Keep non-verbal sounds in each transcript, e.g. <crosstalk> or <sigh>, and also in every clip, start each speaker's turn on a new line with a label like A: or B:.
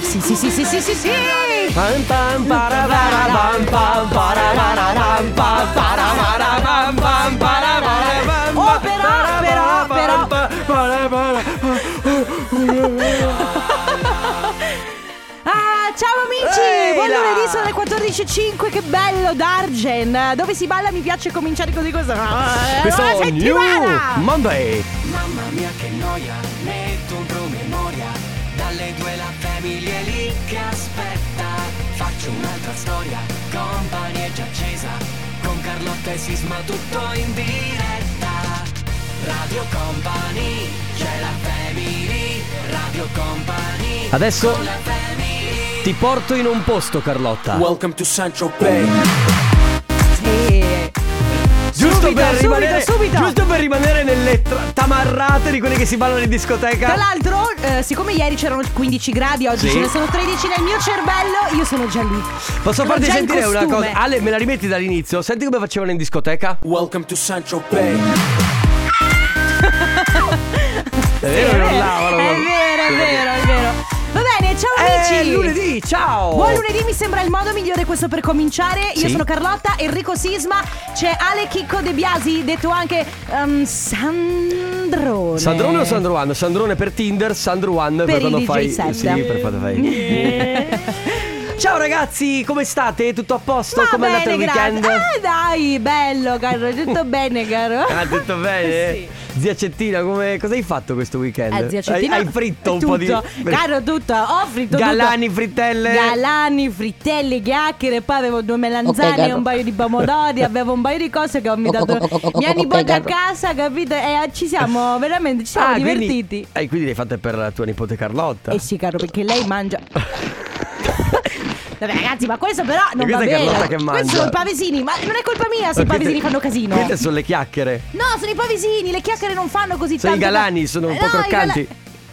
A: Sì, sì, sì, sì, sì, sì, sì.
B: Pam pam parabarabam, pam parabarabam, pam parabarabam, pam parabarabam,
A: Oh, però, però, però.
B: pam parabara-
A: Ah, ciao amici!
B: Ehi,
A: Buon
B: là.
A: lunedì, sono le 14.05, che bello, Dargen! Dove si balla mi piace cominciare così cosa. Eh,
B: Questo
A: Buona
B: è New
A: settimana!
B: Monday.
C: Mamma mia che noia, metto un promemoria Dalle due la famiglia è lì che aspetta Faccio un'altra storia, compagnia è già accesa Con Carlotta e Sisma tutto in diretta Radio Company, c'è la family Radio Company
B: Adesso ti porto in un posto, Carlotta.
C: Welcome to Central Bay
A: Sì.
B: Giusto
A: subito,
B: per
A: subito,
B: rimanere,
A: subito.
B: giusto per rimanere nelle tra- tamarrate di quelli che si ballano in
A: Tra
B: discoteca.
A: l'altro, eh, siccome ieri c'erano 15 gradi, oggi
B: Sì.
A: ce ne sono 13 nel mio cervello, io sono già lì.
B: Posso
A: Sono
B: farti
A: già in
B: sentire una
A: costume.
B: cosa? Ale, me la rimetti dall'inizio? Senti come facevano in discoteca?
C: Welcome to Central Bay
B: È
A: Sì,
B: vero, che
A: è
B: urlavano.
A: vero, è vero, è vero. Va bene, ciao amici!
B: È Eh, lunedì, ciao!
A: Buon lunedì, mi sembra il modo migliore questo per cominciare. Io
B: Sì.
A: sono Carlotta, Enrico Sisma, c'è Ale Chicco De Biasi, detto anche ehm, Sandrone.
B: Sandrone o Sandro One? Sandrone per Tinder, Sandro One per,
A: Per il
B: quando
A: DJ
B: fai.
A: set.
B: Sì, per quando
A: <laughs>
B: fai. Ciao ragazzi, come state? Tutto a posto?
A: Ma
B: come è andato
A: bene,
B: il weekend?
A: grazie. Ah dai, bello caro, tutto bene caro.
B: <laughs> Ah,
A: <laughs>
B: tutto bene?
A: Sì.
B: Zia Cettina, come, cosa hai fatto questo weekend?
A: Eh, zia Cettina,
B: hai, hai fritto un
A: tutto.
B: po' di. <laughs>
A: Caro tutto, ho fritto
B: Galani,
A: tutto.
B: frittelle.
A: Galani, frittelle, chiacchiere Poi avevo due melanzane,
D: Ok, caro.
A: un paio di pomodori Avevo un paio di cose che ho mi dato Mia
D: ok,
A: nipote a
D: caro.
A: casa, capito? E eh, ci siamo,
B: <laughs>
A: veramente, ci siamo
B: Ah, quindi-
A: divertiti
B: eh, quindi le hai fatte per la tua nipote Carlotta.
A: Eh sì, caro, perché lei
B: <laughs>
A: mangia. Vabbè, ragazzi, ma questo però non
B: questa
A: va
B: è
A: bene.
B: Carlotta che mangia.
A: Questi sono i pavesini, ma non è colpa mia se i
B: Ma queste-
A: pavesini fanno casino.
B: Queste sono le chiacchiere.
A: No, sono i pavesini, le chiacchiere non fanno così
B: Sono i
A: tanto.
B: galani, sono un po'
A: i
B: croccanti.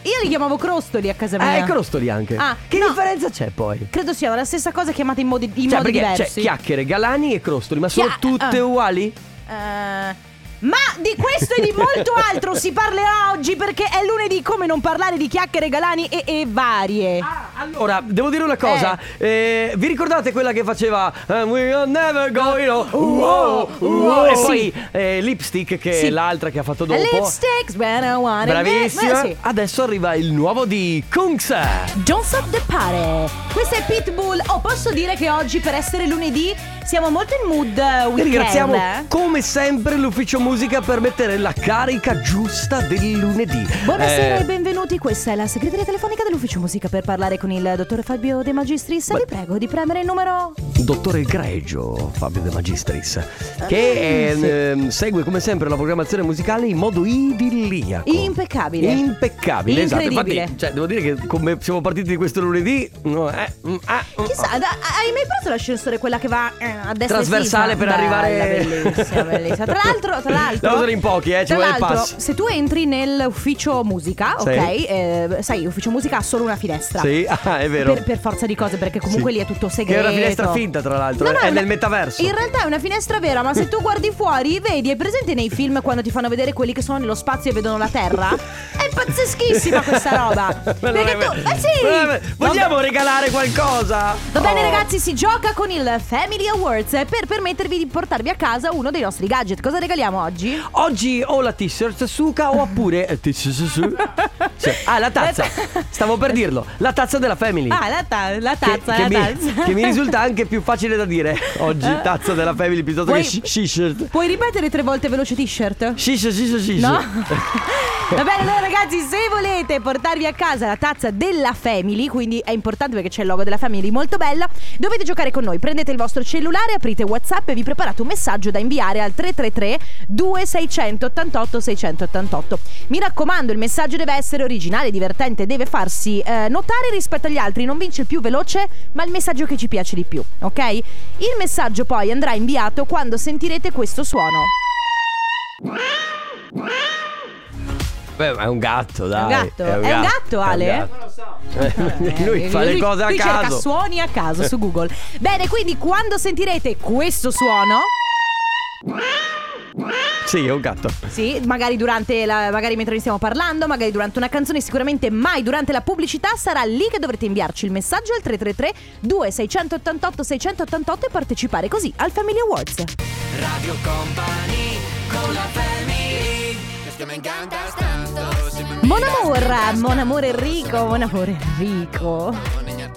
A: Io li chiamavo crostoli a casa mia.
B: Ah, eccolo sto lì anche.
A: Ah,
B: che
A: no.
B: differenza c'è poi?
A: Credo siano la stessa cosa chiamata in modi, in
B: Cioè,
A: modi
B: perché
A: diversi.
B: c'è chiacchiere, galani e crostoli, ma sono
A: Chia-
B: tutte
A: ah.
B: uguali?
A: Eh, ma di questo e di molto altro si parlerà oggi perché è lunedì come non parlare di chiacchiere galani e, e varie.
B: Ah, Allora, devo dire una cosa. Eh, vi ricordate quella che faceva "And We are never going on? Wow, wow", E
A: Sì.
B: poi eh, Lipstick, che è
A: Sì.
B: l'altra che ha fatto dopo.
A: Lipsticks, better one.
B: Bravissima.
A: Eh, sì.
B: Adesso arriva il nuovo di Kungs.
A: Don't stop the party. Questo è Pitbull. Oh, posso dire che oggi, per essere lunedì, siamo molto in mood eh, weekend.
B: E ringraziamo
A: eh?
B: come sempre l'ufficio musica per mettere la carica giusta del lunedì.
A: Buonasera
B: Eh,
A: e benvenuti, questa è la segreteria telefonica dell'ufficio musica per parlare con il dottor Fabio De Magistris. Vi prego di premere il numero.
B: Dottore Greggio, Fabio De Magistris,
A: Ah,
B: che ehm, segue come sempre la programmazione musicale in modo idilliaco.
A: Impeccabile.
B: Impeccabile, esatto.
A: Incredibile.
B: Infatti, cioè, devo dire che come siamo partiti di questo lunedì, no, eh, mm, ah, mm, ah.
A: Chissà, da- hai mai preso l'ascensore quella che va eh, a destra? e a
B: Trasversale
A: sinistra?
B: per arrivare-
A: Bella, Bellissima, bellissima. Tra l'altro, tra l'altro.
B: <laughs> No, sono in pochi, eh, ci
A: tra
B: vuole il
A: l'altro,
B: pass.
A: se tu entri nell'ufficio musica,
B: Sì.
A: ok? eh, sai, l'ufficio musica ha solo una finestra.
B: Sì, ah, è vero.
A: Per, per forza di cose, perché comunque
B: Sì.
A: lì è tutto
B: Che
A: segreto.
B: è una finestra finta, tra l'altro,
A: No, no,
B: è
A: una-
B: nel metaverso.
A: In realtà è una finestra vera, ma
B: <laughs>
A: se tu guardi fuori, vedi, è presente nei film quando ti fanno vedere quelli che sono nello spazio e vedono la Terra? È pazzeschissima questa roba.
B: Ma <laughs> non è
A: perché tu.
B: vero.
A: Ma sì!
B: Ma non è vero. Vogliamo regalare qualcosa?
A: Va bene
B: Oh.
A: ragazzi, si gioca con il Family Awards eh, per permettervi di portarvi a casa uno dei nostri gadget. Cosa regaliamo oggi?
B: Oggi ho la t-shirt Suka oppure eh, t-shirt su- Cioè, ah, la tazza. Stavo per dirlo. La tazza della Family.
A: Ah, la, ta- la
B: Che-
A: tazza,
B: che,
A: la
B: mi,
A: tazza. Eh.
B: che mi risulta anche più facile da dire oggi tazza della family piuttosto che
A: Puoi-
B: shi- t-shirt
A: Puoi ripetere tre volte veloce t-shirt?
B: Shish, shish, shish.
A: No? <laughs> Va bene, allora ragazzi, se volete portarvi a casa la tazza della Family, quindi è importante perché c'è il logo della Family, molto bella, dovete giocare con noi. Prendete il vostro cellulare, aprite WhatsApp e vi preparate un messaggio da inviare al 333 2688 688. Mi raccomando, il messaggio deve essere originale, divertente, deve farsi eh, notare rispetto agli altri, non vince il più veloce, ma il messaggio che ci piace di più, ok? Il messaggio poi andrà inviato quando sentirete questo suono.
B: Beh, ma è un gatto, dai.
A: gatto? È un gatto, Ale?
B: <laughs> Eh, lui fa le
A: Lui-
B: cose a
A: lui cerca
B: caso.
A: suoni a caso su Google. Bene, quindi quando sentirete questo suono.
B: Sì, è un gatto.
A: Sì, magari durante la, magari mentre ne stiamo parlando, magari durante una canzone, sicuramente mai durante la pubblicità sarà lì che dovrete inviarci il messaggio al 333 2688 688 e partecipare così al Family Awards.
C: Radio Company con la family
A: Mon amour, mon amore Enrico, mon amore Enrico.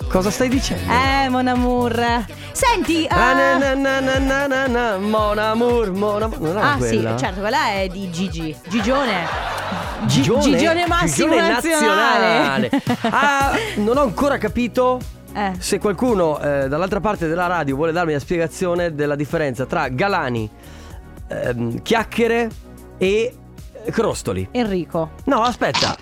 B: Cosa stai dicendo?
A: Eh, mon amour. Senti,
B: Ah,
A: eh,
B: na, na, na, na, na, na, na, mon amour, mon amour. Non era
A: Ah
B: quella?
A: sì, certo, quella è di Gigi. Gigione. Gi-
B: Gigione,
A: Gigione Massimo
B: Gigione
A: nazionale. <laughs>
B: Ah, non ho ancora capito
A: Eh.
B: se qualcuno eh, dall'altra parte della radio vuole darmi la spiegazione della differenza tra Galani, ehm, Chiacchiere e Crostoli.
A: Enrico.
B: No, aspetta.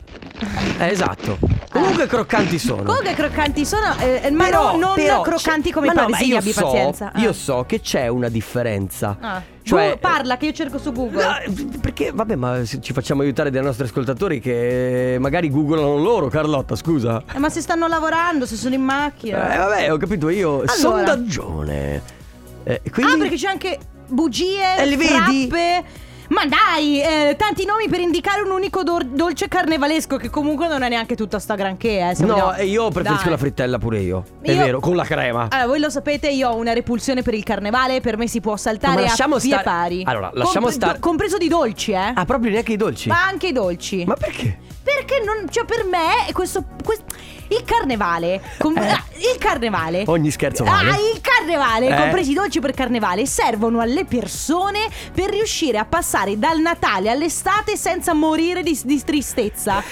B: Eh, esatto. Comunque croccanti sono.
A: Ah. Comunque croccanti sono, eh, ma no, non
B: però
A: croccanti
B: c'è-
A: come
B: ma
A: i
B: no, ma
A: parmigiani,
B: io
A: abbi
B: so-
A: pazienza. Ah.
B: Io so che c'è una differenza.
A: Ah.
B: Cioè,
A: Gu- parla che io cerco su Google.
B: No, perché, vabbè, ma se ci facciamo aiutare dai nostri ascoltatori che magari googlano loro, Carlotta, scusa.
A: Eh, ma se stanno lavorando, se sono in
B: Eh,
A: macchina.
B: vabbè, ho capito io.
A: Allora.
B: Sondaggione. Eh, quindi...
A: Ah, perché c'è anche bugie,
B: Eh, le vedi?
A: frappe. Ma dai, eh, tanti nomi per indicare un unico dor- dolce carnevalesco che comunque non è neanche tutta sta granché, eh, se vogliamo.
B: No, e io preferisco
A: Dai.
B: la frittella pure io. È
A: Io- Ah.
B: vero, con la crema.
A: Allora, voi lo sapete, io ho una repulsione per il carnevale, per me si può saltare
B: No, ma lasciamo
A: a vie
B: stare-
A: pari.
B: Allora, lasciamo stare-
A: compreso di dolci, eh?
B: Ah, proprio neanche i dolci.
A: Ma anche i dolci.
B: Ma perché?
A: Perché non cioè per me questo, quest- il carnevale, com-
B: Eh.
A: ah, il carnevale.
B: Ogni scherzo vale.
A: Ah, il carnevale,
B: Eh.
A: compresi i dolci per carnevale, servono alle persone per riuscire a passare dal Natale all'estate senza morire di, di tristezza.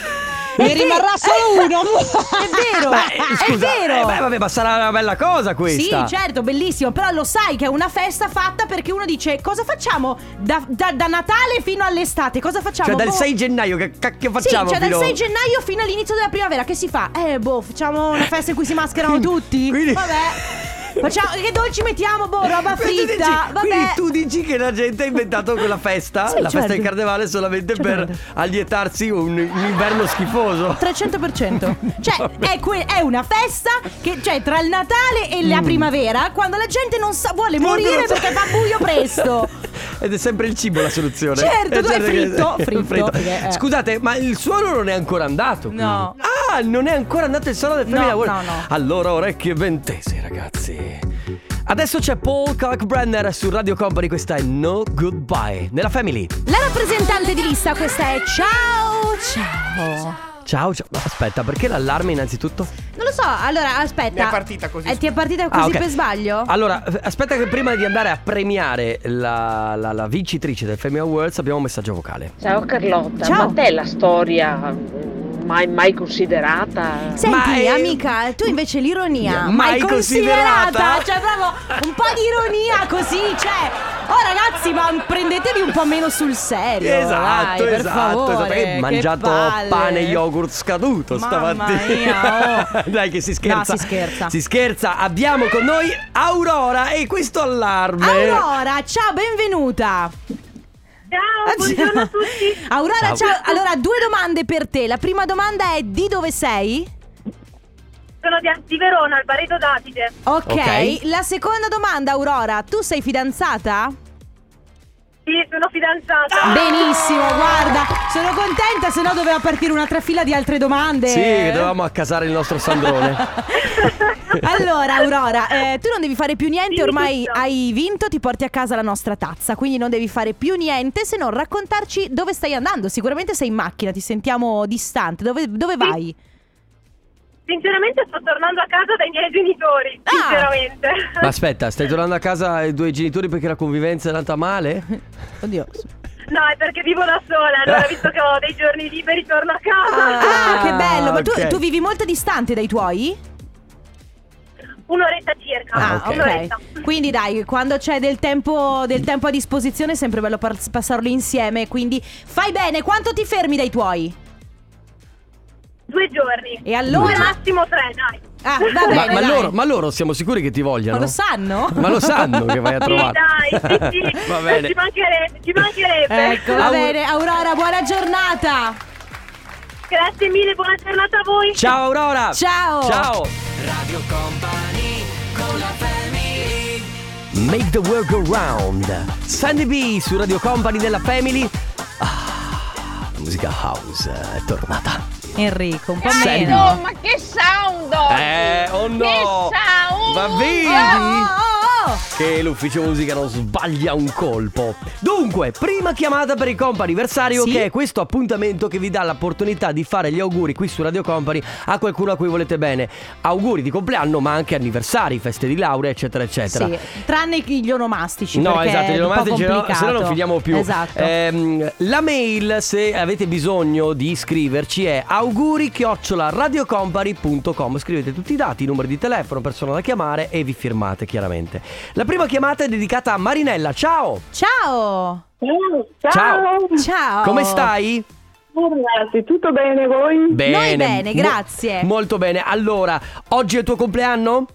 D: Ne
A: È ver-
D: rimarrà solo uno.
A: <laughs> È vero,
B: Beh, eh, scusa,
A: è vero.
B: eh, beh, vabbè, ma sarà una bella cosa questa.
A: Sì, certo, bellissimo. Però lo sai che è una festa fatta perché uno dice: Cosa facciamo da, da- da Natale fino all'estate? Cosa facciamo?
B: Cioè, dal
A: Boh.
B: 6 gennaio, che cacchio
A: Sì,
B: facciamo?
A: cioè dal
B: fino-
A: 6 gennaio fino all'inizio della primavera che si fa? Eh, boh, facciamo una festa in cui si mascherano tutti.
B: quindi-
A: Vabbè. Facciamo, che dolci mettiamo? Boh, roba
B: Quindi dici-
A: fritta. Vabbè.
B: Quindi tu dici che la gente ha inventato quella festa,
A: Sì,
B: la
A: certo.
B: festa del carnevale, solamente per
A: Certamente.
B: allietarsi un, un inverno schifoso.
A: 300%. Cioè, è, que- è una festa che c'è tra il Natale e la primavera, quando la gente non sa- vuole morire
B: Non so-
A: perché fa buio presto.
B: Ed è sempre il cibo la soluzione.
A: Certo,
B: Eh,
A: tu hai
B: <laughs>
A: fritto,
B: che-
A: fritto, perché, eh.
B: Scusate, ma il suono non è ancora andato.
A: No.
B: quindi. Ah, non è ancora andato il suono del Family
A: No,
B: Award.
A: no, no.
B: Allora, orecchie ventesi, ragazzi. Adesso c'è Paul Kalkbrenner su Radio Company, questa è No Goodbye, nella Family.
A: La rappresentante di lista, questa è Ciao Ciao.
B: Ciao, ciao. No, aspetta, perché l'allarme innanzitutto?
A: Non lo so, allora aspetta.
E: Mi è partita così.
A: Eh, ti è partita così
B: Ah, ok.
A: per sbaglio?
B: Allora, f- aspetta che prima di andare a premiare la, la- la vincitrice del Family Awards abbiamo un messaggio vocale.
F: Ciao Carlotta,
A: Ciao.
F: ma te la storia mm, mai, mai considerata?
A: Senti,
B: Ma è-
A: amica, tu invece l'ironia.
B: Mai
A: Ma è
B: considerata?
A: Cioè, proprio un po' di ironia così, cioè. Oh ragazzi, ma prendetevi un po' meno sul serio.
B: esatto,
A: dai, ah, per
B: esatto,
A: favore,
B: esatto. Perché hai
A: che
B: mangiato
A: palle.
B: pane e yogurt scaduto
A: Mamma
B: stamattina.
A: mia, oh.
B: <laughs> Dai, che si scherza.
A: No, si scherza.
B: Si scherza. Abbiamo con noi Aurora e questo allarme.
A: Aurora, ciao, benvenuta.
G: Ciao,
A: Ah,
G: buongiorno a tutti.
A: Aurora,
B: Ciao.
A: ciao. Allora, due domande per te. La prima domanda è di dove sei?
G: Sono di, di Verona, al Bareto d'Atide.
B: Ok.
A: ok. La seconda domanda, Aurora, tu sei fidanzata?
G: Sì, sono
A: Ah!
G: fidanzata.
A: Benissimo, guarda, sono contenta, se no doveva partire una trafila di altre domande.
B: Sì, che dovevamo accasare il nostro Sandrone.
A: Allora, Aurora, eh, tu non devi fare più niente,
G: Sì,
A: ormai
G: giusto.
A: hai vinto, ti porti a casa la nostra tazza, quindi non devi fare più niente se non raccontarci dove stai andando. Sicuramente sei in macchina, ti sentiamo distante. Dove, dove vai?
G: <laughs> Sinceramente sto tornando a casa dai miei genitori,
A: Ah.
G: sinceramente. <laughs>
B: Ma aspetta, stai tornando a casa ai tuoi genitori perché la convivenza è andata male?
A: Oddio.
G: No, è perché vivo da sola, allora visto che ho dei giorni liberi torno a casa.
A: Ah, che bello! Ma tu,
B: ok.
A: tu vivi molto distante dai tuoi?
G: Un'oretta circa.
B: Ah, ok.
G: Un'oretta.
A: Quindi dai, quando c'è del tempo, del tempo a disposizione è sempre bello par- passarlo insieme. Quindi fai bene, quanto ti fermi dai tuoi?
G: Due giorni.
A: E allora?
G: Massimo tre, dai.
A: Ah,
G: <laughs>
A: va
B: ma,
A: bene.
B: ma
A: dai.
B: loro, ma loro siamo sicuri che ti vogliano?
A: Ma lo sanno?
B: Ma lo sanno che vai a trovare.
G: <laughs> Sì, dai, sì,
B: <laughs>
G: sì.
B: Va bene.
G: Ci mancherebbe. Ci
A: <laughs>
G: mancherebbe.
A: Ecco, va
B: Aur-
A: bene. Aurora, buona giornata.
G: Grazie mille, buona giornata a voi.
B: Ciao Aurora!
A: Ciao.
B: Ciao!
C: Radio Company con la family
B: Make the World Go Round. Sandy B su Radio Company della Family. Ah, la musica house è tornata.
A: Enrico, un po'
B: Sandy.
A: meno.
F: ma che sound!
B: Eh, oh no! Ma vedi?
A: Oh, oh, oh.
B: Che l'ufficio musica non sbaglia un colpo. Dunque, prima chiamata per il comp anniversario,
A: Sì.
B: che è questo appuntamento che vi dà l'opportunità di fare gli auguri qui su Radio Company a qualcuno a cui volete bene. Auguri di compleanno, ma anche anniversari, feste di laurea, eccetera, eccetera.
A: Sì, tranne gli onomastici.
B: No,
A: perché
B: esatto,
A: è
B: gli
A: un po'
B: romantici no, se no non
A: complicato.
B: finiamo più.
A: Esatto.
B: Ehm, la mail, se avete bisogno di iscriverci, è auguri-radiocompany.com. Scrivete tutti i dati, numero di telefono, persona da chiamare e vi firmate chiaramente. La prima chiamata è dedicata a Marinella. Ciao!
A: Ciao!
G: Ciao.
B: Ciao.
A: Ciao!
B: Come stai?
G: Ragazzi, tutto bene voi?
A: Noi bene,
B: mo-
A: grazie.
B: molto bene. Allora, oggi è il tuo compleanno?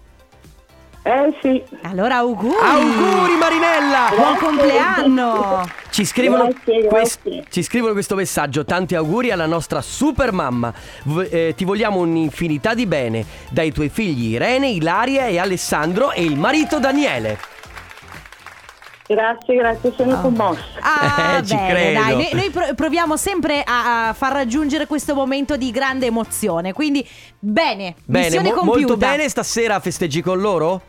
G: Eh sì,
A: Allora auguri!
B: Auguri Marinella!
A: Buon compleanno!
B: Ci scrivono,
G: Grazie, grazie.
B: quest- ci scrivono questo messaggio. Tanti auguri alla nostra super mamma. V- eh, ti vogliamo un'infinità di bene dai tuoi figli Irene, Ilaria e Alessandro e il marito Daniele.
G: grazie, grazie, sono
A: Oh.
G: commossa.
A: Ah,
B: Eh, ci
A: bene,
B: credo.
A: dai, noi, noi pro- proviamo sempre a, a far raggiungere questo momento di grande emozione. Quindi, bene,
B: Bene,
A: missione
B: mo-
A: compiuta.
B: molto bene. Stasera festeggi con loro?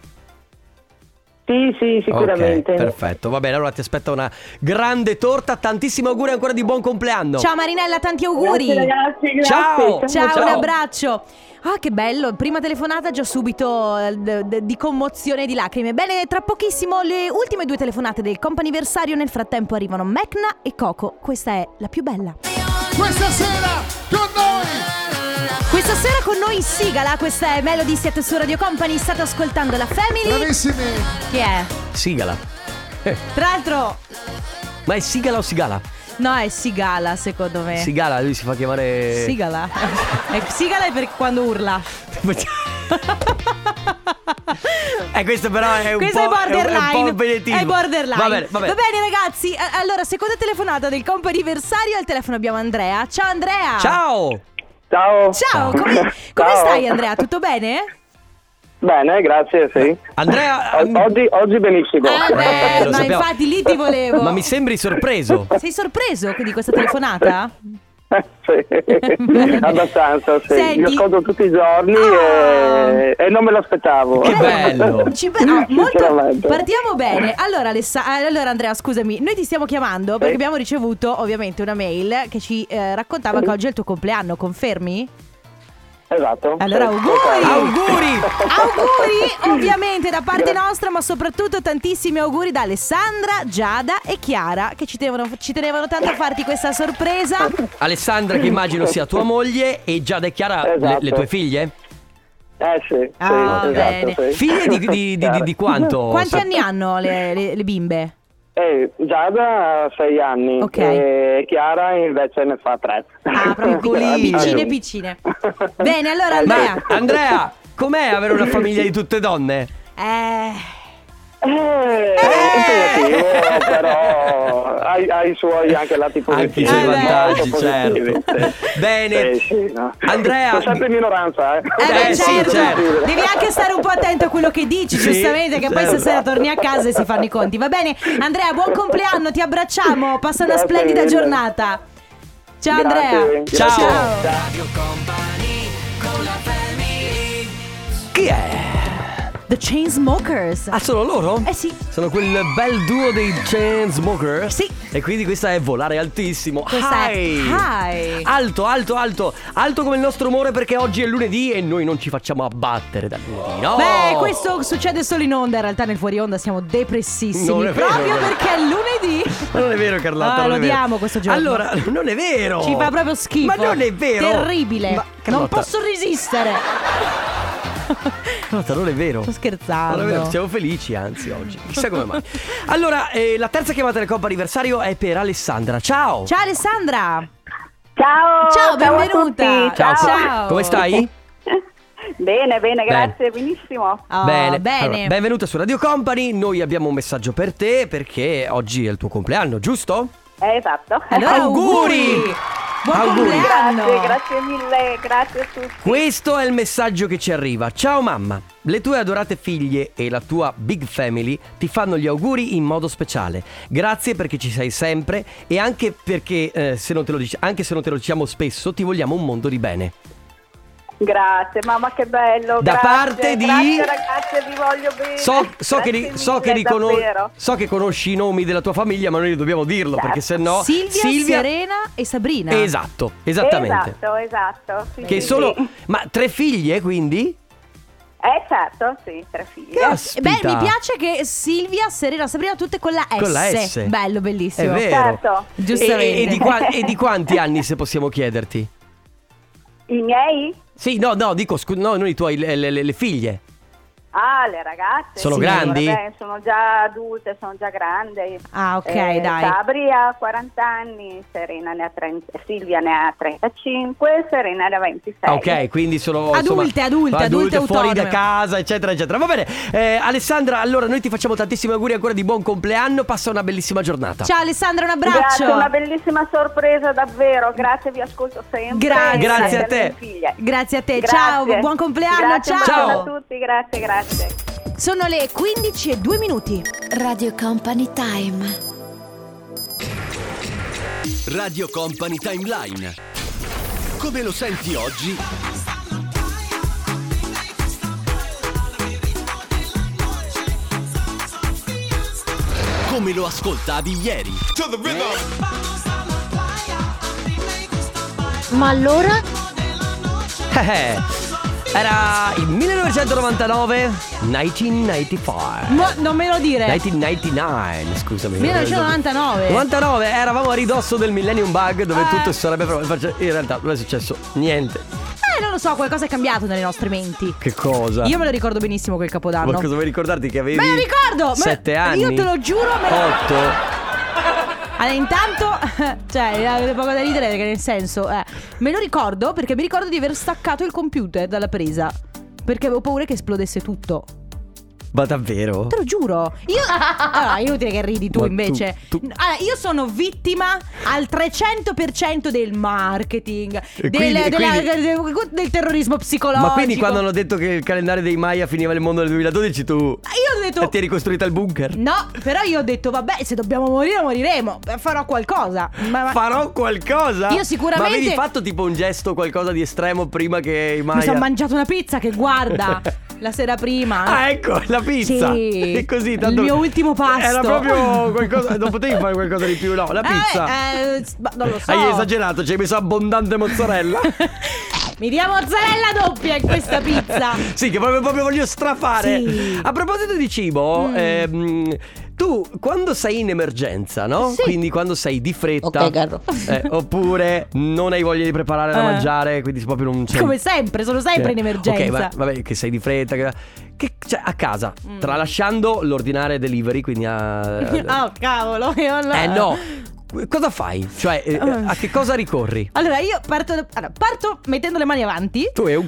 G: Sì, sì, sicuramente.
B: Ok, perfetto. Va bene, allora ti aspetta una grande torta. Tantissimi auguri ancora di buon compleanno.
A: Ciao Marinella, tanti auguri!
G: Grazie ragazzi, grazie.
B: Ciao.
A: Ciao,
B: Ciao.
A: un abbraccio. Ah, che bello, prima telefonata già subito eh, d- d- di commozione e di lacrime. Bene, tra pochissimo le ultime due telefonate del comp'anniversario. Nel frattempo arrivano Mecna e Coco. Questa è la più bella.
D: Questa sera con noi
A: Questa sera con noi Sigala, questa è Melody, siete su Radio Company, state ascoltando la Family.
D: Bravissimi
A: Che è?
B: Sigala.
A: Tra l'altro,
B: Ma è Sigala o Sigala?
A: no, è Sigala secondo me.
B: Sigala, lui si fa chiamare.
A: Eh.
B: <laughs>
A: Sigala. Eh, Sigala <laughs> è per quando urla.
B: Eh, questo però è un
A: Questo
B: po'
A: è borderline.
B: È un, po' vedetismo.
A: È borderline.
B: Va bene, va bene.
A: ragazzi. A- Allora, seconda telefonata del compo anniversario. Al telefono abbiamo Andrea. Ciao Andrea.
B: Ciao!
E: Ciao.
A: Ciao, come, come
E: Ciao.
A: stai Andrea? Tutto bene?
E: Bene, grazie, sì.
B: Eh, Andrea, mm.
E: O- oggi, oggi benissimo.
A: Eh, beh,
B: lo
A: ma infatti lì ti volevo.
B: Ma mi sembri sorpreso.
A: Sei sorpreso di questa telefonata?
E: Eh,
A: <laughs>
E: sì, abbastanza, sì.
A: Senti.
E: Vi ascolto tutti i giorni
A: Ah.
E: e, e non me l'aspettavo.
B: Che bello.
A: Eh, <laughs> Ci- ah, molto-
E: Sinceramente.
A: partiamo bene. Allora, Alessa- eh, allora, Andrea, scusami, noi ti stiamo chiamando perché
E: Sì.
A: abbiamo ricevuto ovviamente una mail che ci eh, raccontava che oggi è il tuo compleanno, confermi?
E: Esatto.
A: Allora,
E: Sì,
A: auguri.
E: ok.
B: Auguri!
A: Auguri
E: <laughs>
A: ovviamente da parte
E: Grazie.
A: nostra, ma soprattutto tantissimi auguri da Alessandra, Giada e Chiara che ci tenevano, ci tenevano tanto a farti questa sorpresa.
B: Oh, Alessandra, che immagino sia tua moglie, e Giada e Chiara, le- le,
E: Esatto.
B: tue figlie?
E: Eh sì, sì,
A: Ah,
E: esatto,
A: bene.
E: sì.
B: Figlie di, di- di- di- di quanto?
A: <laughs> Quanti
B: Sa-
A: anni hanno le, le- le bimbe?
E: Eh, Giada ha sei anni
A: Ok.
E: e Chiara invece ne fa tre.
A: Ah,
E: <laughs>
A: proprio piccole,
B: Piccolini.
A: piccine piccine. Bene, allora Andrea.
B: Ma Andrea, com'è avere una famiglia di tutte donne?
A: Eh,
E: Eh, è impegnativo, però ha, ha i suoi anche
B: Anche
E: lati
B: i
E: positivi.
B: suoi
A: Eh, beh.
B: vantaggi,
E: molto positivi,
B: certo.
E: sì.
B: Bene.
E: Sì, sì, no.
B: Andrea-
E: Sono sempre in minoranza, eh.
A: eh beh,
B: Eh, sì,
A: certo.
B: certo.
A: devi anche stare un po' attento a quello che dici,
B: Sì,
A: giustamente, che poi
B: certo.
A: stasera torni a casa e si fanno i conti. Va bene, Andrea, buon compleanno, ti abbracciamo, passa una
E: Grazie
A: splendida
E: mille.
A: giornata. Ciao
E: Grazie,
A: Andrea.
E: grazie.
B: Ciao.
C: Radio Company con la family
B: Chi è?
A: The Chainsmokers.
B: Ah, sono loro?
A: Eh sì.
B: Sono quel bel duo dei Chainsmokers
A: Sì.
B: E quindi questa è Volare Altissimo
A: Questa è
B: Hi.
A: Hi.
B: Alto, alto, alto Alto come il nostro umore perché oggi è lunedì E noi non ci facciamo abbattere dal lunedì, no?
A: Beh, questo succede solo in onda, in realtà nel fuori onda siamo
B: Non
A: depressissimi.
B: è vero,
A: proprio
B: non è-
A: perché è lunedì.
B: Ma non è vero Carlotta
A: Ah,
B: non
A: lo
B: è vero.
A: odiamo questo giorno.
B: Allora, non è vero
A: Ci fa proprio schifo.
B: Oh. Ma non è vero
A: Terribile.
B: Ma,
A: non
B: Carlotta,
A: posso resistere.
B: Carlotta, non è vero
A: Sto scherzando.
B: Non è vero, siamo felici anzi oggi Chissà come mai Allora, eh, la terza chiamata del Coppa Anniversario è per Alessandra Ciao
A: Ciao Alessandra.
H: Ciao,
A: Ciao,
H: ciao a
A: benvenuta.
H: tutti.
A: Ciao.
B: Come stai?
H: <laughs> Bene, bene, grazie, benissimo.
A: Ah,
B: Oh, bene,
A: bene.
B: Allora, benvenuta su Radio Company. Noi abbiamo un messaggio per te perché oggi è il tuo compleanno, giusto?
H: Eh, esatto. <laughs>
A: Allora, auguri.
B: Auguri.
A: Buon
B: Auguri.
A: compleanno.
H: grazie, grazie mille, grazie a tutti.
B: Questo è il messaggio che ci arriva. Ciao mamma, Le tue adorate figlie e la tua big family ti fanno gli auguri in modo speciale. Grazie perché ci sei sempre e anche perché, eh, se non te lo dici- anche se non te lo diciamo spesso, ti vogliamo un mondo di bene.
H: Grazie, mamma che bello.
B: Da
H: grazie,
B: parte di-
H: Grazie ragazze, vi voglio bene.
B: So, so che,
H: Grazie
B: ri- so
H: mille,
B: che riconos-
H: davvero.
B: so che conosci i nomi della tua famiglia, ma noi dobbiamo dirlo
H: Certo.
B: perché sennò
A: Silvia, Serena e Sabrina.
B: Esatto, esattamente.
H: Esatto, esatto. sì,
B: Che
H: sì,
B: sono
H: sì.
B: ma tre figlie, quindi?
H: Eh certo, sì, tre figli.
B: Caspita.
A: Beh, mi piace che Silvia, Serena, Sabrina, tutte con la S.
B: Con la S.
A: Bello,
B: È
A: bellissimo.
B: vero.
H: Certo.
A: Giustamente.
B: E, e- e di qua- e di quanti anni, se possiamo chiederti?
H: I miei?
B: Sì, no, no, dico, scu- no, non i tuoi, le, le- le figlie.
H: Ah, le ragazze.
B: Sono
H: sì,
B: grandi?
H: vabbè, sono già adulte, sono già grandi.
A: Ah, ok,
H: Eh,
A: dai.
H: Sabri ha 40 anni, Serena ne ha 30, Silvia ne ha 35, Serena ne ha 26.
B: Ah, Ok, quindi sono insomma,
A: Adulte, adulte, adulte
B: fuori da
A: autonome.
B: casa, eccetera, eccetera. Va bene, eh, Alessandra, allora noi ti facciamo tantissimi auguri ancora di buon compleanno. Passa una bellissima giornata.
A: Ciao Alessandra, un abbraccio.
H: Grazie, una bellissima sorpresa davvero, grazie, vi ascolto sempre.
A: Grazie. Grazie
B: a te.
H: alle mie figlie.
A: Grazie a te,
H: Grazie.
A: ciao, buon compleanno,
H: Grazie,
A: ciao.
H: ciao
B: Ciao.
H: a tutti, grazie, grazie.
A: Sono le 15 e 2 minuti.
I: Radio Company Time.
C: Radio Company Timeline. Come lo senti oggi? Come lo ascoltavi ieri?
F: Ma allora?
B: Eh, eh. Era il 1999, 1995.
A: Ma non me lo dire.
B: 1999, scusami.
A: 1999.
B: 99, eravamo a ridosso del Millennium Bug
A: Eh.
B: dove tutto si sarebbe provato. In realtà non è successo niente.
A: Eh, non lo so, qualcosa è cambiato nelle nostre menti.
B: Che cosa?
A: Io me lo ricordo benissimo quel capodanno.
B: Ma cosa vuoi ricordarti che avevi?
A: Me lo ricordo! me-
B: 7 anni.
A: Io te lo giuro, me lo-
B: 8.
A: Allora, intanto, <laughs> cioè, avete poco da ridere perché nel senso, eh, me lo ricordo perché mi ricordo di aver staccato il computer dalla presa. Perché avevo paura che esplodesse tutto.
B: Ma davvero?
A: Te lo giuro. Io. Allora, è inutile che ridi tu
B: Ma tu-
A: invece.
B: tu-
A: Allora, io sono vittima al 300% del marketing, del,
B: E quindi- e
A: della-
B: quindi-
A: del terrorismo psicologico.
B: Ma quindi quando hanno detto che il calendario dei Maya finiva il mondo nel 2012 tu
A: Ah, Io ho detto.
B: e ti eri costruita il bunker?
A: No, però io ho detto, vabbè, se dobbiamo morire, moriremo. eh, Farò qualcosa. Ma, ma-
B: Farò qualcosa?
A: Io sicuramente-
B: Ma avevi fatto tipo un gesto o qualcosa di estremo prima che i Maya
A: mi sono mangiato una pizza che
B: <laughs>
A: guarda la sera prima.
B: Ah ecco, la pizza
A: Sì.
B: E così tanto
A: Il mio ultimo pasto. <laughs>
B: Era proprio qualcosa Non potevi fare qualcosa di più, no, la
A: Eh,
B: pizza
A: eh, s- ma non lo so.
B: Hai esagerato, ci hai messo abbondante mozzarella
A: <laughs> Mi dia mozzarella doppia in questa pizza.
B: <laughs> Sì, che proprio, proprio voglio strafare.
A: Sì. Mm.
B: A proposito di cibo, ehm, tu quando sei in emergenza, no?
A: Sì.
B: Quindi quando sei di fretta,
F: Ok, Carlo.
B: eh, oppure non hai voglia di preparare da
A: Eh.
B: mangiare, quindi proprio non c'è.
A: Come sempre, sono sempre in
B: Eh,
A: emergenza.
B: Ok, va- vabbè, che sei di fretta. Che, che- cioè, a casa,
A: Mm.
B: tralasciando l'ordinare delivery,
A: <laughs>
B: quindi a.
A: Oh, cavolo. io
B: eh no! Cosa fai? Cioè, eh,
A: Ah.
B: a che cosa ricorri?
A: Allora, io parto, allora, parto mettendo le mani avanti.
B: Tu hai un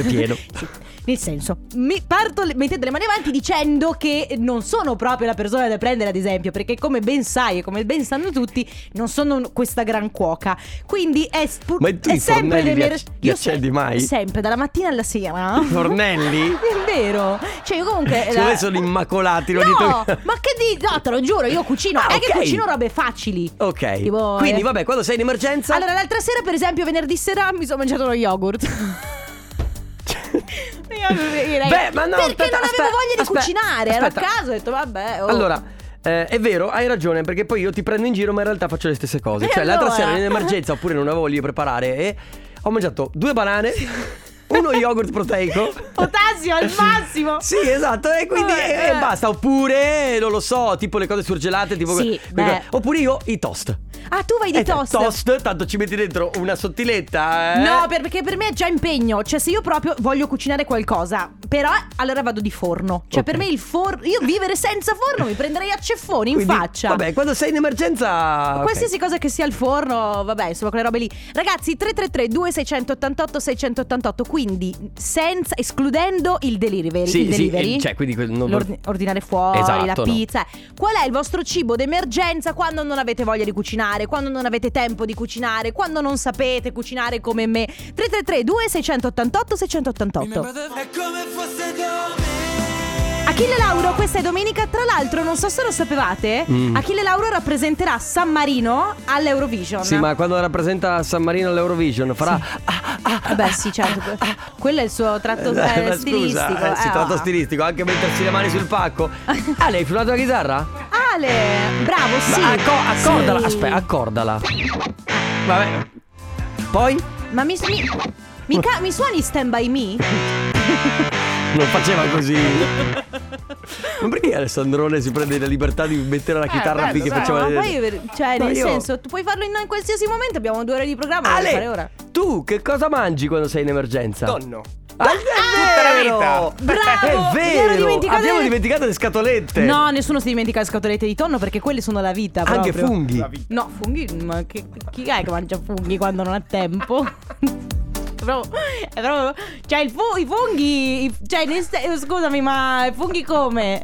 A: <laughs>
B: pieno.
A: Sì, Nel senso, mi parto le- mettendo le mani avanti dicendo che non sono proprio la persona da prendere, ad esempio, perché come ben sai e come ben sanno tutti, non sono un- questa gran cuoca. Quindi è, spur-
B: Ma tu
A: è
B: i
A: sempre
B: fornelli li
A: l'emer-
B: acc- li
A: Io se-
B: accendi mai?
A: Sempre, dalla mattina alla sera.
B: Fornelli?
A: È vero. Cioè, io comunque.
B: Secondo me sono immacolati, lo
A: No,
B: dico-
A: ma che di. No, te lo giuro, io cucino.
B: Ah,
A: è che
B: ok.
A: cucino robe facili.
B: Ok.
A: Tipo,
B: Quindi,
A: eh.
B: vabbè, quando sei in emergenza.
A: Allora, l'altra sera, per esempio, venerdì sera mi sono mangiato lo
B: <laughs>
A: yogurt. Io direi-
B: Beh, ma no,
A: perché non avevo
B: aspetta, aspetta,
A: voglia di
B: aspetta,
A: cucinare.
B: aspetta.
A: Ero a caso, ho detto, vabbè. oh.
B: Allora, eh, è vero, hai ragione, perché poi io ti prendo in giro, ma in realtà faccio le stesse cose.
A: E
B: Cioè, l'altra
A: allora?
B: sera ero in emergenza, oppure non avevo voglia di preparare, e ho mangiato due
A: <laughs>
B: banane, uno yogurt proteico.
A: Potasio al massimo.
B: <laughs> Eh, Sì, esatto, e quindi
A: Vabbè,
B: eh,
A: eh.
B: basta. Oppure, non lo so, tipo le cose surgelate, tipo.
A: Sì,
B: que- que-
A: beh.
B: Oppure io i toast.
A: Ah, tu vai di
B: Eh,
A: toast.
B: Toast, tanto ci metti dentro una sottiletta. eh.
A: No, per- perché per me è già impegno. Cioè, se io proprio voglio cucinare qualcosa, però allora vado di forno. Cioè,
B: Ok.
A: per me il forno. Io vivere senza forno mi prenderei a ceffoni in
B: Quindi,
A: faccia.
B: Vabbè, quando sei in emergenza. Ah, ok.
A: Qualsiasi cosa che sia al forno, vabbè, insomma, quelle robe lì. Ragazzi, 333 2688 688, quindi senza escludendo il delivery,
B: Sì,
A: il
B: sì,
A: delivery.
B: eh, cioè, quindi que- non-
A: l'ordine- ordinare fuori
B: Esatto,
A: la
B: no.
A: pizza. eh. Qual è il vostro cibo d'emergenza quando non avete voglia di cucinare? cucinare, quando non avete tempo di cucinare, quando non sapete cucinare come me. 333 2688 688.
C: È come fosse domenica.
A: Achille Lauro, questa è domenica. Tra l'altro, non so se lo sapevate,
B: Mm.
A: Achille Lauro rappresenterà San Marino all'Eurovision.
B: Sì, ma quando rappresenta San Marino all'Eurovision farà... ah,
A: Vabbè, sì, certo.
B: <laughs>
A: que- Quello è il suo tratto
B: Ma
A: eh,
B: ah. scusa,
A: stilistico.
B: eh, sì,
A: eh,
B: tratto
A: oh.
B: stilistico, anche mettersi le mani sul pacco. Ah, lei hai suonato la chitarra?
A: Ale, bravo, sì.
B: Ma acco- accordala,
A: Sì.
B: aspetta, accordala. Vabbè. Poi
A: Ma mi, mi, mi ca- mi suoni Stand By Me?
B: non faceva così.
A: <laughs>
B: Ma perché Alessandrone si prende la libertà di mettere la chitarra finché
A: Cioè,
B: faceva
A: ma
B: le-
A: poi, per- cioè,
B: No,
A: nel
B: io-
A: senso, tu puoi farlo in, in qualsiasi momento. Abbiamo due ore di programma. lo
B: Ale,
A: puoi fare ora.
B: tu che cosa mangi quando sei in emergenza?
J: Tonno.
B: Ah, è vero!
J: la
A: Bravo!
B: È
A: mi ero
B: vero!
A: dimenticato
B: Abbiamo
A: le-
B: dimenticato le scatolette.
A: No, nessuno si dimentica le scatolette di tonno perché quelle sono la vita.
B: Anche
A: proprio.
B: funghi.
J: vita.
A: No, funghi. Ma che, chi è che mangia funghi quando non ha tempo? È proprio, è proprio- Cioè, il fu- i funghi. i- Cioè, nel se- eh, scusami, ma i funghi come?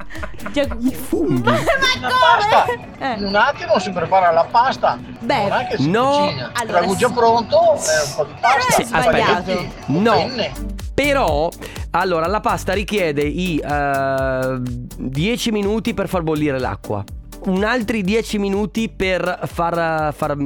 A: Cioè, I funghi. <laughs> Ma, ma come? Eh,
E: un attimo si prepara la pasta.
A: Beh,
E: che
B: No.
A: Allora, ragù già sì.
E: pronto,
B: un po'
E: di
A: pasta, Sì, aspetta.
B: spaghetti, No. Però, allora, la pasta richiede i eh, 10 minuti per far bollire l'acqua. Un altri 10 minuti per far, far-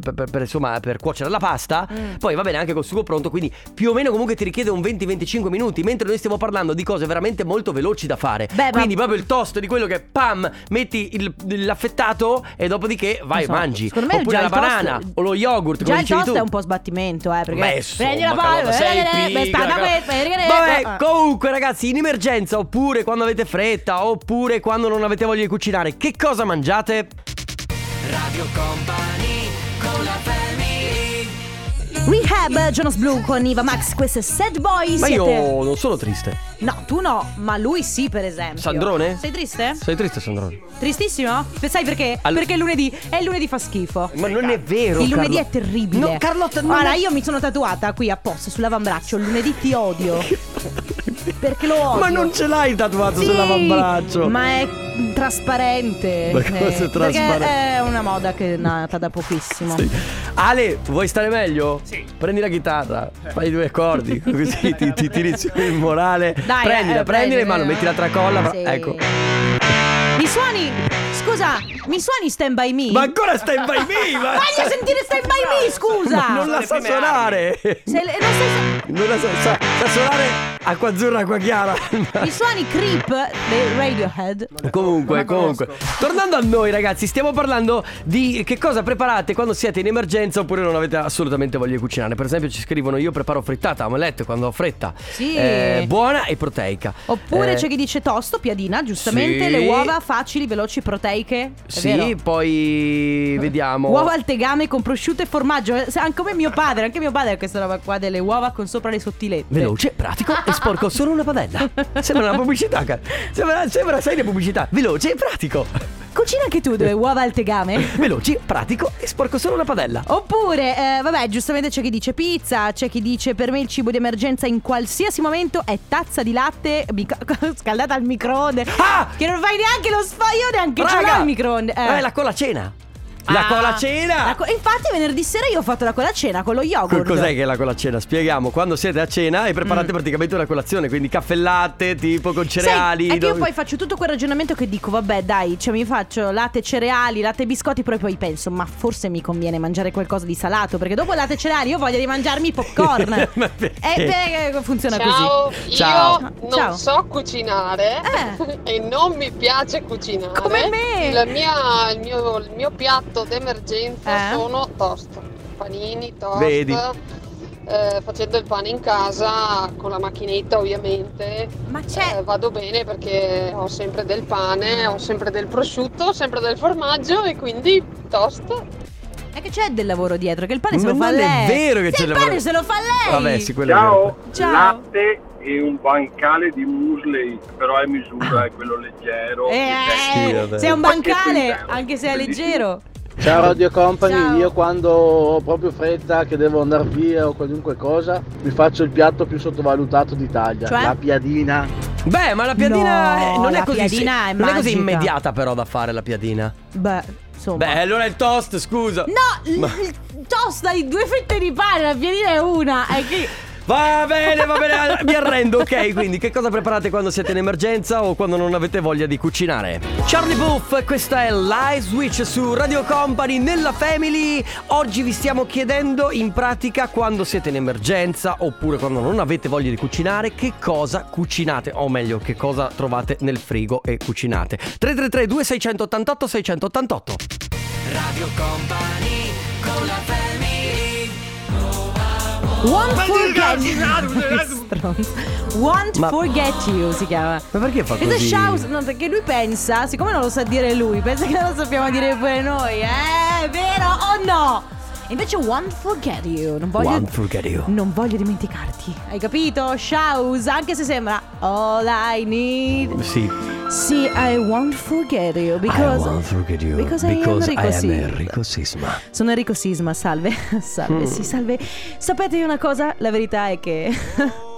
B: per, per- per, insomma, per cuocere la pasta.
A: Mm.
B: Poi va bene anche col sugo pronto. Quindi più o meno comunque ti richiede un 20-25 minuti. Mentre noi stiamo parlando di cose veramente molto veloci da fare.
A: Beh, ma-
B: quindi proprio il toast di quello che pam, metti il- l'affettato e dopodiché vai e
A: non so.
B: mangi.
A: Esatto. Secondo me
B: Oppure
A: già
B: la
A: il toast-
B: banana o lo yogurt.
A: Già
B: come
A: il
B: dicevi
A: toast
B: tu.
A: è un po' sbattimento, eh. Perché
B: Beh, insomma,
A: prendi la
B: cavolo,
A: palla,
B: sei
A: eh, eh, eh,
B: pigra,
A: stanno
B: cavolo.
A: per- per- per-
B: Vabbè,
A: eh.
B: comunque ragazzi, in emergenza oppure quando avete fretta oppure quando non avete voglia di cucinare, che cosa mangiate?
A: Rehab, eh, Jonas Blue con Iva Max, questo è Sad Boy.
B: Ma
A: siete...
B: io non sono triste.
A: No, tu no, ma lui sì, per esempio.
B: Sandrone?
A: Sei triste?
B: Sei triste, Sandrone?
A: Tristissimo? Sai perché?
B: All-
A: Perché lunedì. E il lunedì fa schifo.
B: Ma non è vero.
A: Il lunedì
B: Carlo-
A: è terribile.
B: No, Carlotta, non
A: Guarda,
B: è-
A: io mi sono tatuata qui apposta sull'avambraccio. Il lunedì ti
B: <laughs>
A: odio. perché lo odio.
B: Ma non ce l'hai tatuato
A: Sì,
B: sull'avambraccio.
A: Ma è trasparente.
B: Ma cosa è trasparente?
A: Perché è una moda che è nata da pochissimo.
B: Ale, vuoi stare meglio?
J: Sì.
B: Prendi la chitarra,
A: Eh.
B: fai
A: <laughs>
B: due accordi, così ti, ti tiri su il morale.
A: Dai,
B: prendila,
A: eh,
B: prendila
A: prendi,
B: in mano,
A: eh.
B: metti la tracolla. ma-
A: Sì.
B: Ecco.
A: Mi suoni? Scusa, mi suoni Stand By Me?
B: Ma ancora stai in vai viva!
A: <laughs> Voglio sentire Stand By Me, scusa!
B: Cioè, Non la
J: le
B: sa
J: prime
B: suonare!
A: Se- non sei-
B: <laughs> Non la sa, sa, sa suonare acqua azzurra,
A: <laughs>
B: acqua chiara.
A: mi suoni Creep dei Radiohead?
B: comunque, comunque. Tornando a noi, ragazzi, stiamo parlando di che cosa preparate quando siete in emergenza oppure non avete assolutamente voglia di cucinare. Per esempio, ci scrivono: Io preparo frittata, omelette quando ho fretta.
A: Sì.
B: Eh, buona e proteica.
A: Oppure
B: Eh,
A: c'è chi dice tosto, piadina, giustamente,
B: Sì.
A: le uova facili, veloci, proteiche. È
B: Sì,
A: vero?
B: poi vediamo.
A: Uova al tegame con prosciutto e formaggio, Eh, se- anche come mio padre, anche mio padre ha questa roba qua delle uova con sopra le sottilette.
B: Veloce, pratico e sporco solo una padella. Sembra una pubblicità, cara. Sembra, sembra, sai, una pubblicità. Veloce e pratico.
A: Cucina anche tu
B: Eh.
A: due uova al tegame?
B: Veloci, pratico e sporco solo una padella.
A: Oppure, eh, vabbè, giustamente c'è chi dice pizza, c'è chi dice per me il cibo di emergenza in qualsiasi momento è tazza di latte mica- <laughs> scaldata al microonde.
B: Ah!
A: Che non fai neanche lo sfoglio, neanche ce l'ho il microonde.
B: Eh. la cola cena. La
A: Ah,
B: cola cena.
A: la co- infatti venerdì sera io ho fatto la colacena con lo yogurt.
B: Cos'è che è la colacena? Spieghiamo, quando siete a cena e preparate
A: Mm.
B: praticamente una colazione, quindi caffè e latte, tipo con cereali.
A: Sai, è che io
B: dove-
A: poi faccio tutto quel ragionamento che dico, vabbè dai, cioè mi faccio latte, cereali, latte e biscotti, però poi penso, ma forse mi conviene mangiare qualcosa di salato, perché dopo il latte e cereali io voglio di mangiarmi i popcorn. e
B: <laughs> Ma perché?
A: Eh, beh, funziona
F: Ciao,
A: così.
B: Ciao.
F: io non
A: Ciao. Eh.
F: so cucinare <laughs> e non mi piace cucinare.
A: Come me.
F: La mia- il, mio, il mio piatto d'emergenza
A: Eh?
F: sono toast, panini, toast.
B: Vedi.
F: eh, facendo il pane in casa con la macchinetta ovviamente
A: Ma c'è...
F: Eh, vado bene perché ho sempre del pane, ho sempre del prosciutto, ho sempre del formaggio e quindi toast
A: È che c'è del lavoro dietro, che il pane se
B: Ma
A: lo fa
B: non
A: lei.
B: è vero che
A: Sì,
B: c'è
A: il
B: il
A: pane
B: lavoro-
A: se lo fa lei.
B: Vabbè, sì, quello è vero.
A: Ciao.
E: latte e un bancale di musley, però è misura, è quello leggero.
B: Sì,
A: Eh,
B: vabbè.
A: sei un bancale,
E: Pacchetto
A: anche se è
E: interno,
A: leggero.
E: Ciao Radio Company,
A: Ciao.
E: io quando ho proprio fretta che devo andare via o qualunque cosa, mi faccio il piatto più sottovalutato d'Italia,
A: Cioè?
E: la piadina.
B: Beh, ma la piadina
A: No,
B: eh, non è
A: la
B: così
A: piadina è
B: non è così
A: magica.
B: immediata però da fare la piadina.
A: Beh, insomma.
B: Beh, allora il toast, scusa.
A: No,
B: Ma-
A: il- il toast hai due fette di pane, la piadina è una. È che...
B: Va bene, va bene, allora mi arrendo, ok? Quindi che cosa preparate quando siete in emergenza o quando non avete voglia di cucinare? Charlie Puff, questa è Live Switch su Radio Company nella Family. Oggi vi stiamo chiedendo in pratica quando siete in emergenza oppure quando non avete voglia di cucinare che cosa cucinate, o meglio che cosa trovate nel frigo e cucinate. 333 2688 688.
A: Won't forget <laughs> Stronzo. Won't
B: Ma-
A: forget you si chiama.
B: Ma perché fa
A: It's a
B: così?
A: shout, no, perché lui pensa, siccome non lo sa dire lui, pensa che non lo sappiamo dire pure noi, eh? È vero o no? Invece won't forget you, non voglio
B: One forget you.
A: Non voglio dimenticarti. Hai capito? Shouse, anche se sembra all I need.
B: Sì,
A: Sì, I won't forget you because
B: I won't forget you
A: because I am Enrico
B: I am
A: Sisma.
B: Enrico Sisma.
A: Sono Enrico Sisma, salve. <laughs> Salve, sì, salve. Sapete una cosa? La verità è che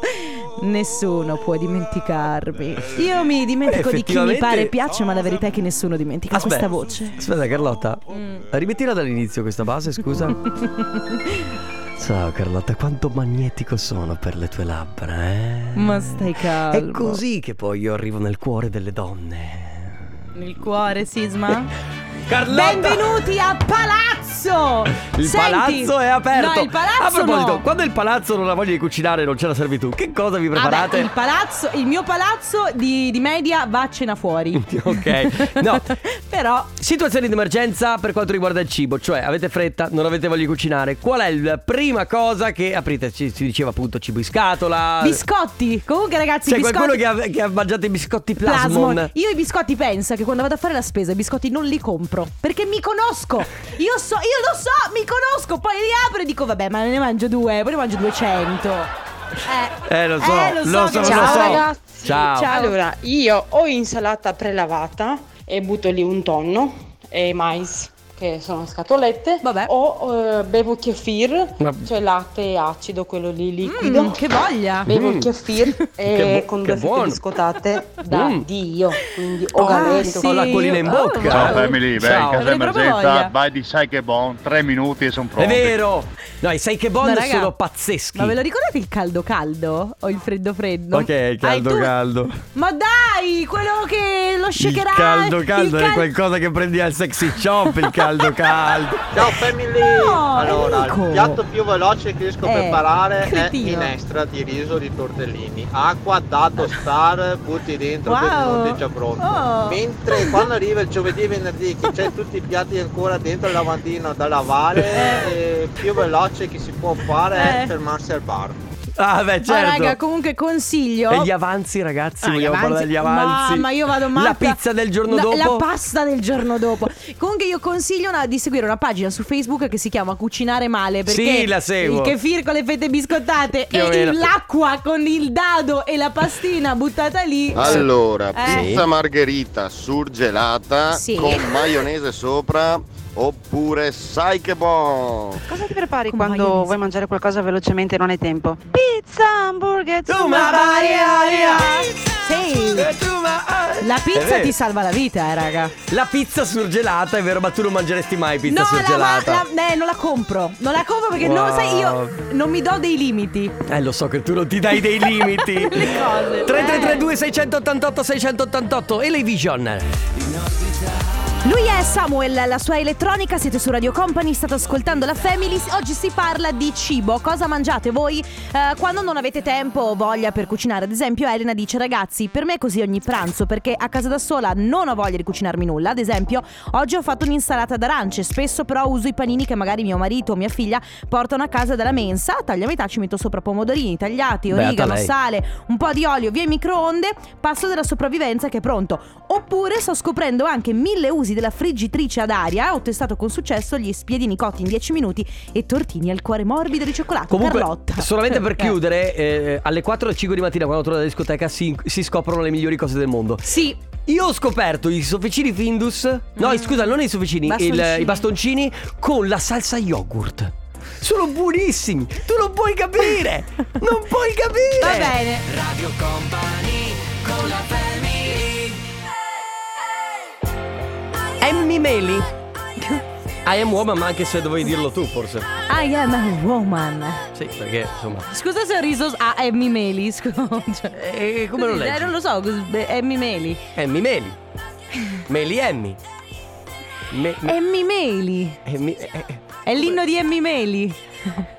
A: <laughs> nessuno può dimenticarmi. Io mi dimentico di chi mi
B: Effettivamente-
A: pare piace, ma la verità è che nessuno dimentica questa voce.
B: Aspetta, Carlotta. Rimettila dall'inizio questa base, <laughs> scusa. Ciao Carlotta, quanto magnetico sono per le tue labbra, eh?
A: Ma stai calmo.
B: È così che poi io arrivo nel cuore delle donne.
A: Nel cuore,
B: <laughs>
A: Sisma.
B: Carlotta!
A: Benvenuti a Palazzo!
B: Il
A: Senti-
B: palazzo è aperto.
A: No, il palazzo
B: A proposito,
A: no.
B: quando il palazzo non ha voglia di cucinare, non c'è la servitù. Che cosa vi
A: Ah, beh,
B: preparate?
A: il palazzo, il mio palazzo di, di media va a cena fuori.
B: <laughs> Ok, no,
A: <laughs> Però
B: Situazioni d'emergenza per quanto riguarda il cibo, cioè avete fretta, non avete voglia di cucinare. Qual è la prima cosa che aprite? Ci- si diceva appunto cibo in scatola.
A: biscotti, comunque ragazzi,
B: C'è
A: biscotti
B: qualcuno che ha, che ha mangiato i biscotti plasmon.
A: Plasmon. Io i biscotti pensa che quando vado a fare la spesa i biscotti non li compro perché mi conosco. Io so, io lo so, mi conosco, poi li apro e dico vabbè, ma ne mangio due, poi ne mangio 200. Eh,
B: Eh, lo so,
A: lo so, che-
B: lo
A: Ciao,
B: so.
A: ragazzi.
B: Ciao.
F: Allora, io ho insalata prelavata e butto lì un tonno e mais che sono scatolette
A: Vabbè.
F: o eh, bevo kefir,
B: Ma-
F: cioè latte acido quello lì
A: Mm,
F: liquido.
A: che voglia.
F: Bevo il kefir e
B: Mm. Che bu-
F: eh, con
B: che
F: due fette
B: buono.
F: biscottate da
B: Mm.
F: Dio, quindi ho
A: Ah,
F: galletto.
A: sì.
B: Ho l'acquolina in
A: Oh,
B: bocca.
A: Ciao,
D: family, beh,
B: Ciao.
D: in caso di
A: Avrei proprio voglia.
D: emergenza, vai di sai che buon, tre minuti e sono
B: È
D: pronto.
B: vero. No, i sai che bond
A: Ma, raga,
B: sono pazzeschi.
A: Ma ve lo ricordate il caldo caldo o il freddo freddo?
B: Ok, il caldo
A: Hai tu-
B: caldo.
A: Ma dai, quello che lo shakerà
B: il caldo
A: il
B: caldo
A: cal-
B: è qualcosa che prendi al sexy shop, il caldo
A: <laughs>
B: caldo.
J: Ciao family!
A: No,
J: allora,
A: Enrico.
J: il piatto più veloce che riesco a
A: Eh,
J: preparare
A: cretino.
J: è minestra di riso di tortellini. Acqua da tostare, butti dentro,
A: Wow.
J: due minuti è già pronto.
A: Oh. <laughs>
J: Mentre quando arriva il giovedì e venerdì che c'è tutti i piatti ancora dentro il lavandino da lavare, eh, più veloce che si può fare
A: Eh.
J: è fermarsi al bar.
B: Ah, beh, certo.
A: Ah, raga, comunque consiglio.
B: E gli avanzi, ragazzi,
A: Ah, gli
B: vogliamo parlare degli avanzi.
A: Ma, ma io vado matta.
B: La pizza del giorno
A: La-
B: dopo.
A: La pasta del giorno dopo. Comunque io consiglio una- di seguire una pagina su Facebook che si chiama Cucinare male perché
B: Sì, la seguo.
A: il kefir con le fette biscottate
B: Più o
A: e
B: meno.
A: il- l'acqua con il dado e la pastina buttata lì.
K: Allora,
A: Eh.
K: pizza margherita surgelata
A: Sì.
K: con maionese sopra oppure sai che buon!
F: Cosa ti prepari
A: Con quando maionese. vuoi
F: mangiare qualcosa velocemente e non hai tempo? Pizza, hamburger,
B: Tu ma vai, ai, ai.
A: Sì.
B: E tu ma- ai.
A: La
B: È
A: pizza
B: vero.
A: ti salva la vita, eh, raga.
B: La pizza surgelata, è vero, ma tu non mangeresti mai pizza
A: no, la, ma-
B: surgelata.
A: la- eh, non la compro. Non la compro perché non,
B: Wow.
A: sai, io non mi do dei limiti.
B: Eh, lo so che tu non ti dai dei limiti.
A: <laughs> Le cose,
B: 3332 688 688 Elevision.
A: Lui è Samuel, la sua elettronica, siete su Radio Company, state ascoltando la Family. Oggi si parla di cibo, cosa mangiate voi eh, quando non avete tempo o voglia per cucinare. Ad esempio Elena dice ragazzi, per me è così ogni pranzo perché a casa da sola non ho voglia di cucinarmi nulla. Ad esempio oggi ho fatto un'insalata d'arance, spesso però uso i panini che magari mio marito o mia figlia portano a casa dalla mensa, taglio a metà, ci metto sopra pomodorini tagliati,
B: Beata
A: origano,
B: lei.
A: sale, un po' di olio, via in microonde, passo della sopravvivenza che è pronto. Oppure sto scoprendo anche mille usi della friggitrice ad aria, ho testato con successo gli spiedini cotti in 10 minuti e tortini al cuore morbido di cioccolato.
B: Comunque,
A: Carlotta.
B: solamente per
A: Eh.
B: chiudere, eh, alle 4 e 5 di mattina, quando torno dalla discoteca, si, si scoprono le migliori cose del mondo.
A: Sì,
B: Io ho scoperto i sofficini Findus. No, scusa, non i sofficini, il-
A: Mm. Bastoncini.
B: i bastoncini con la salsa yogurt. Sono buonissimi, tu non
A: <laughs>
B: puoi capire! non puoi capire!
A: va bene.
B: Emmy Meli. I am woman, ma anche se dovevi dirlo tu, forse.
A: I am a woman.
B: Sì, perché insomma.
A: Scusa se ho riso a Emmy Meli, <laughs> scusa.
B: E come lo leggi?
A: Eh, non lo so, cos- beh, Emmy Meli.
B: Emmy Meli.
A: <laughs>
B: Meli Emmy. Me, me-
A: Emmy Meli.
B: Emmy- eh, eh,
A: È l'inno di Emmy Meli.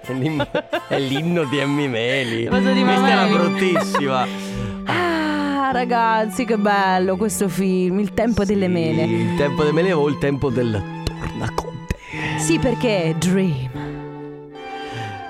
B: è l'inno- è l'inno di Emmy Meli.
A: Cosa di mamma
B: Questa era
A: Meli?
B: bruttissima.
A: Ah, ragazzi, che bello questo film, Il tempo delle mele.
B: Il tempo del mele o il tempo del tornaconte.
A: Sì, perché Dream.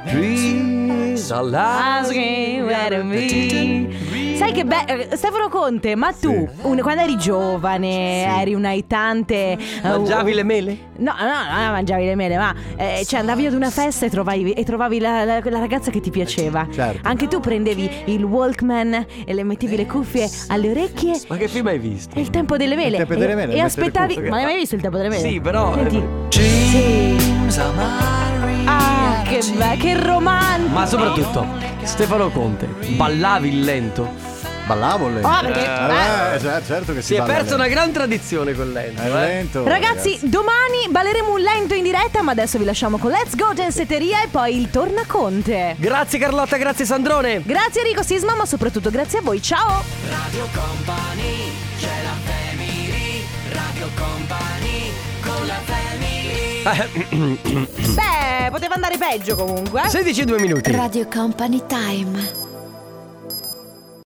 B: Dreams are last.
A: Sai che bello, Stefano Conte, ma tu, un- quando eri giovane, eri un aitante. eh,
B: Mangiavi le mele?
A: No, no, no, non mangiavi le mele, ma eh, cioè andavi ad una festa e trovavi, e trovavi la, la- la ragazza che ti piaceva.
B: Certo.
A: Anche tu prendevi il Walkman e le mettevi le cuffie alle orecchie.
B: Ma che film hai visto?
A: È il tempo delle mele.
B: Il tempo delle
A: E-
B: mele,
A: E,
B: mettere
A: aspettavi.
B: le cuffie.
A: Ma l'hai mai visto il tempo delle mele?
B: Sì, però-
A: Senti. Ah, che, be- che romantico.
B: Ma soprattutto, Stefano Conte, ballavi il lento.
L: Ballavo lento.
A: Ah, perché-
L: Eh, cer- certo che si,
B: Si è
L: balla
B: persa una
L: lento.
B: gran tradizione col lento.
L: È
B: eh.
L: lento.
A: Ragazzi, domani balleremo un lento in diretta, ma adesso vi lasciamo con Let's Go Genseteria e poi il Tornaconte.
B: Grazie Carlotta, grazie Sandrone.
A: Grazie Enrico Sisma, ma soprattutto grazie a voi. Ciao!
C: Radio Company, c'è la family, Radio Company, con la family.
A: Ah. Beh,
B: <laughs>
A: poteva andare peggio comunque. eh.
B: 16 e 2 minuti.
I: Radio Company Time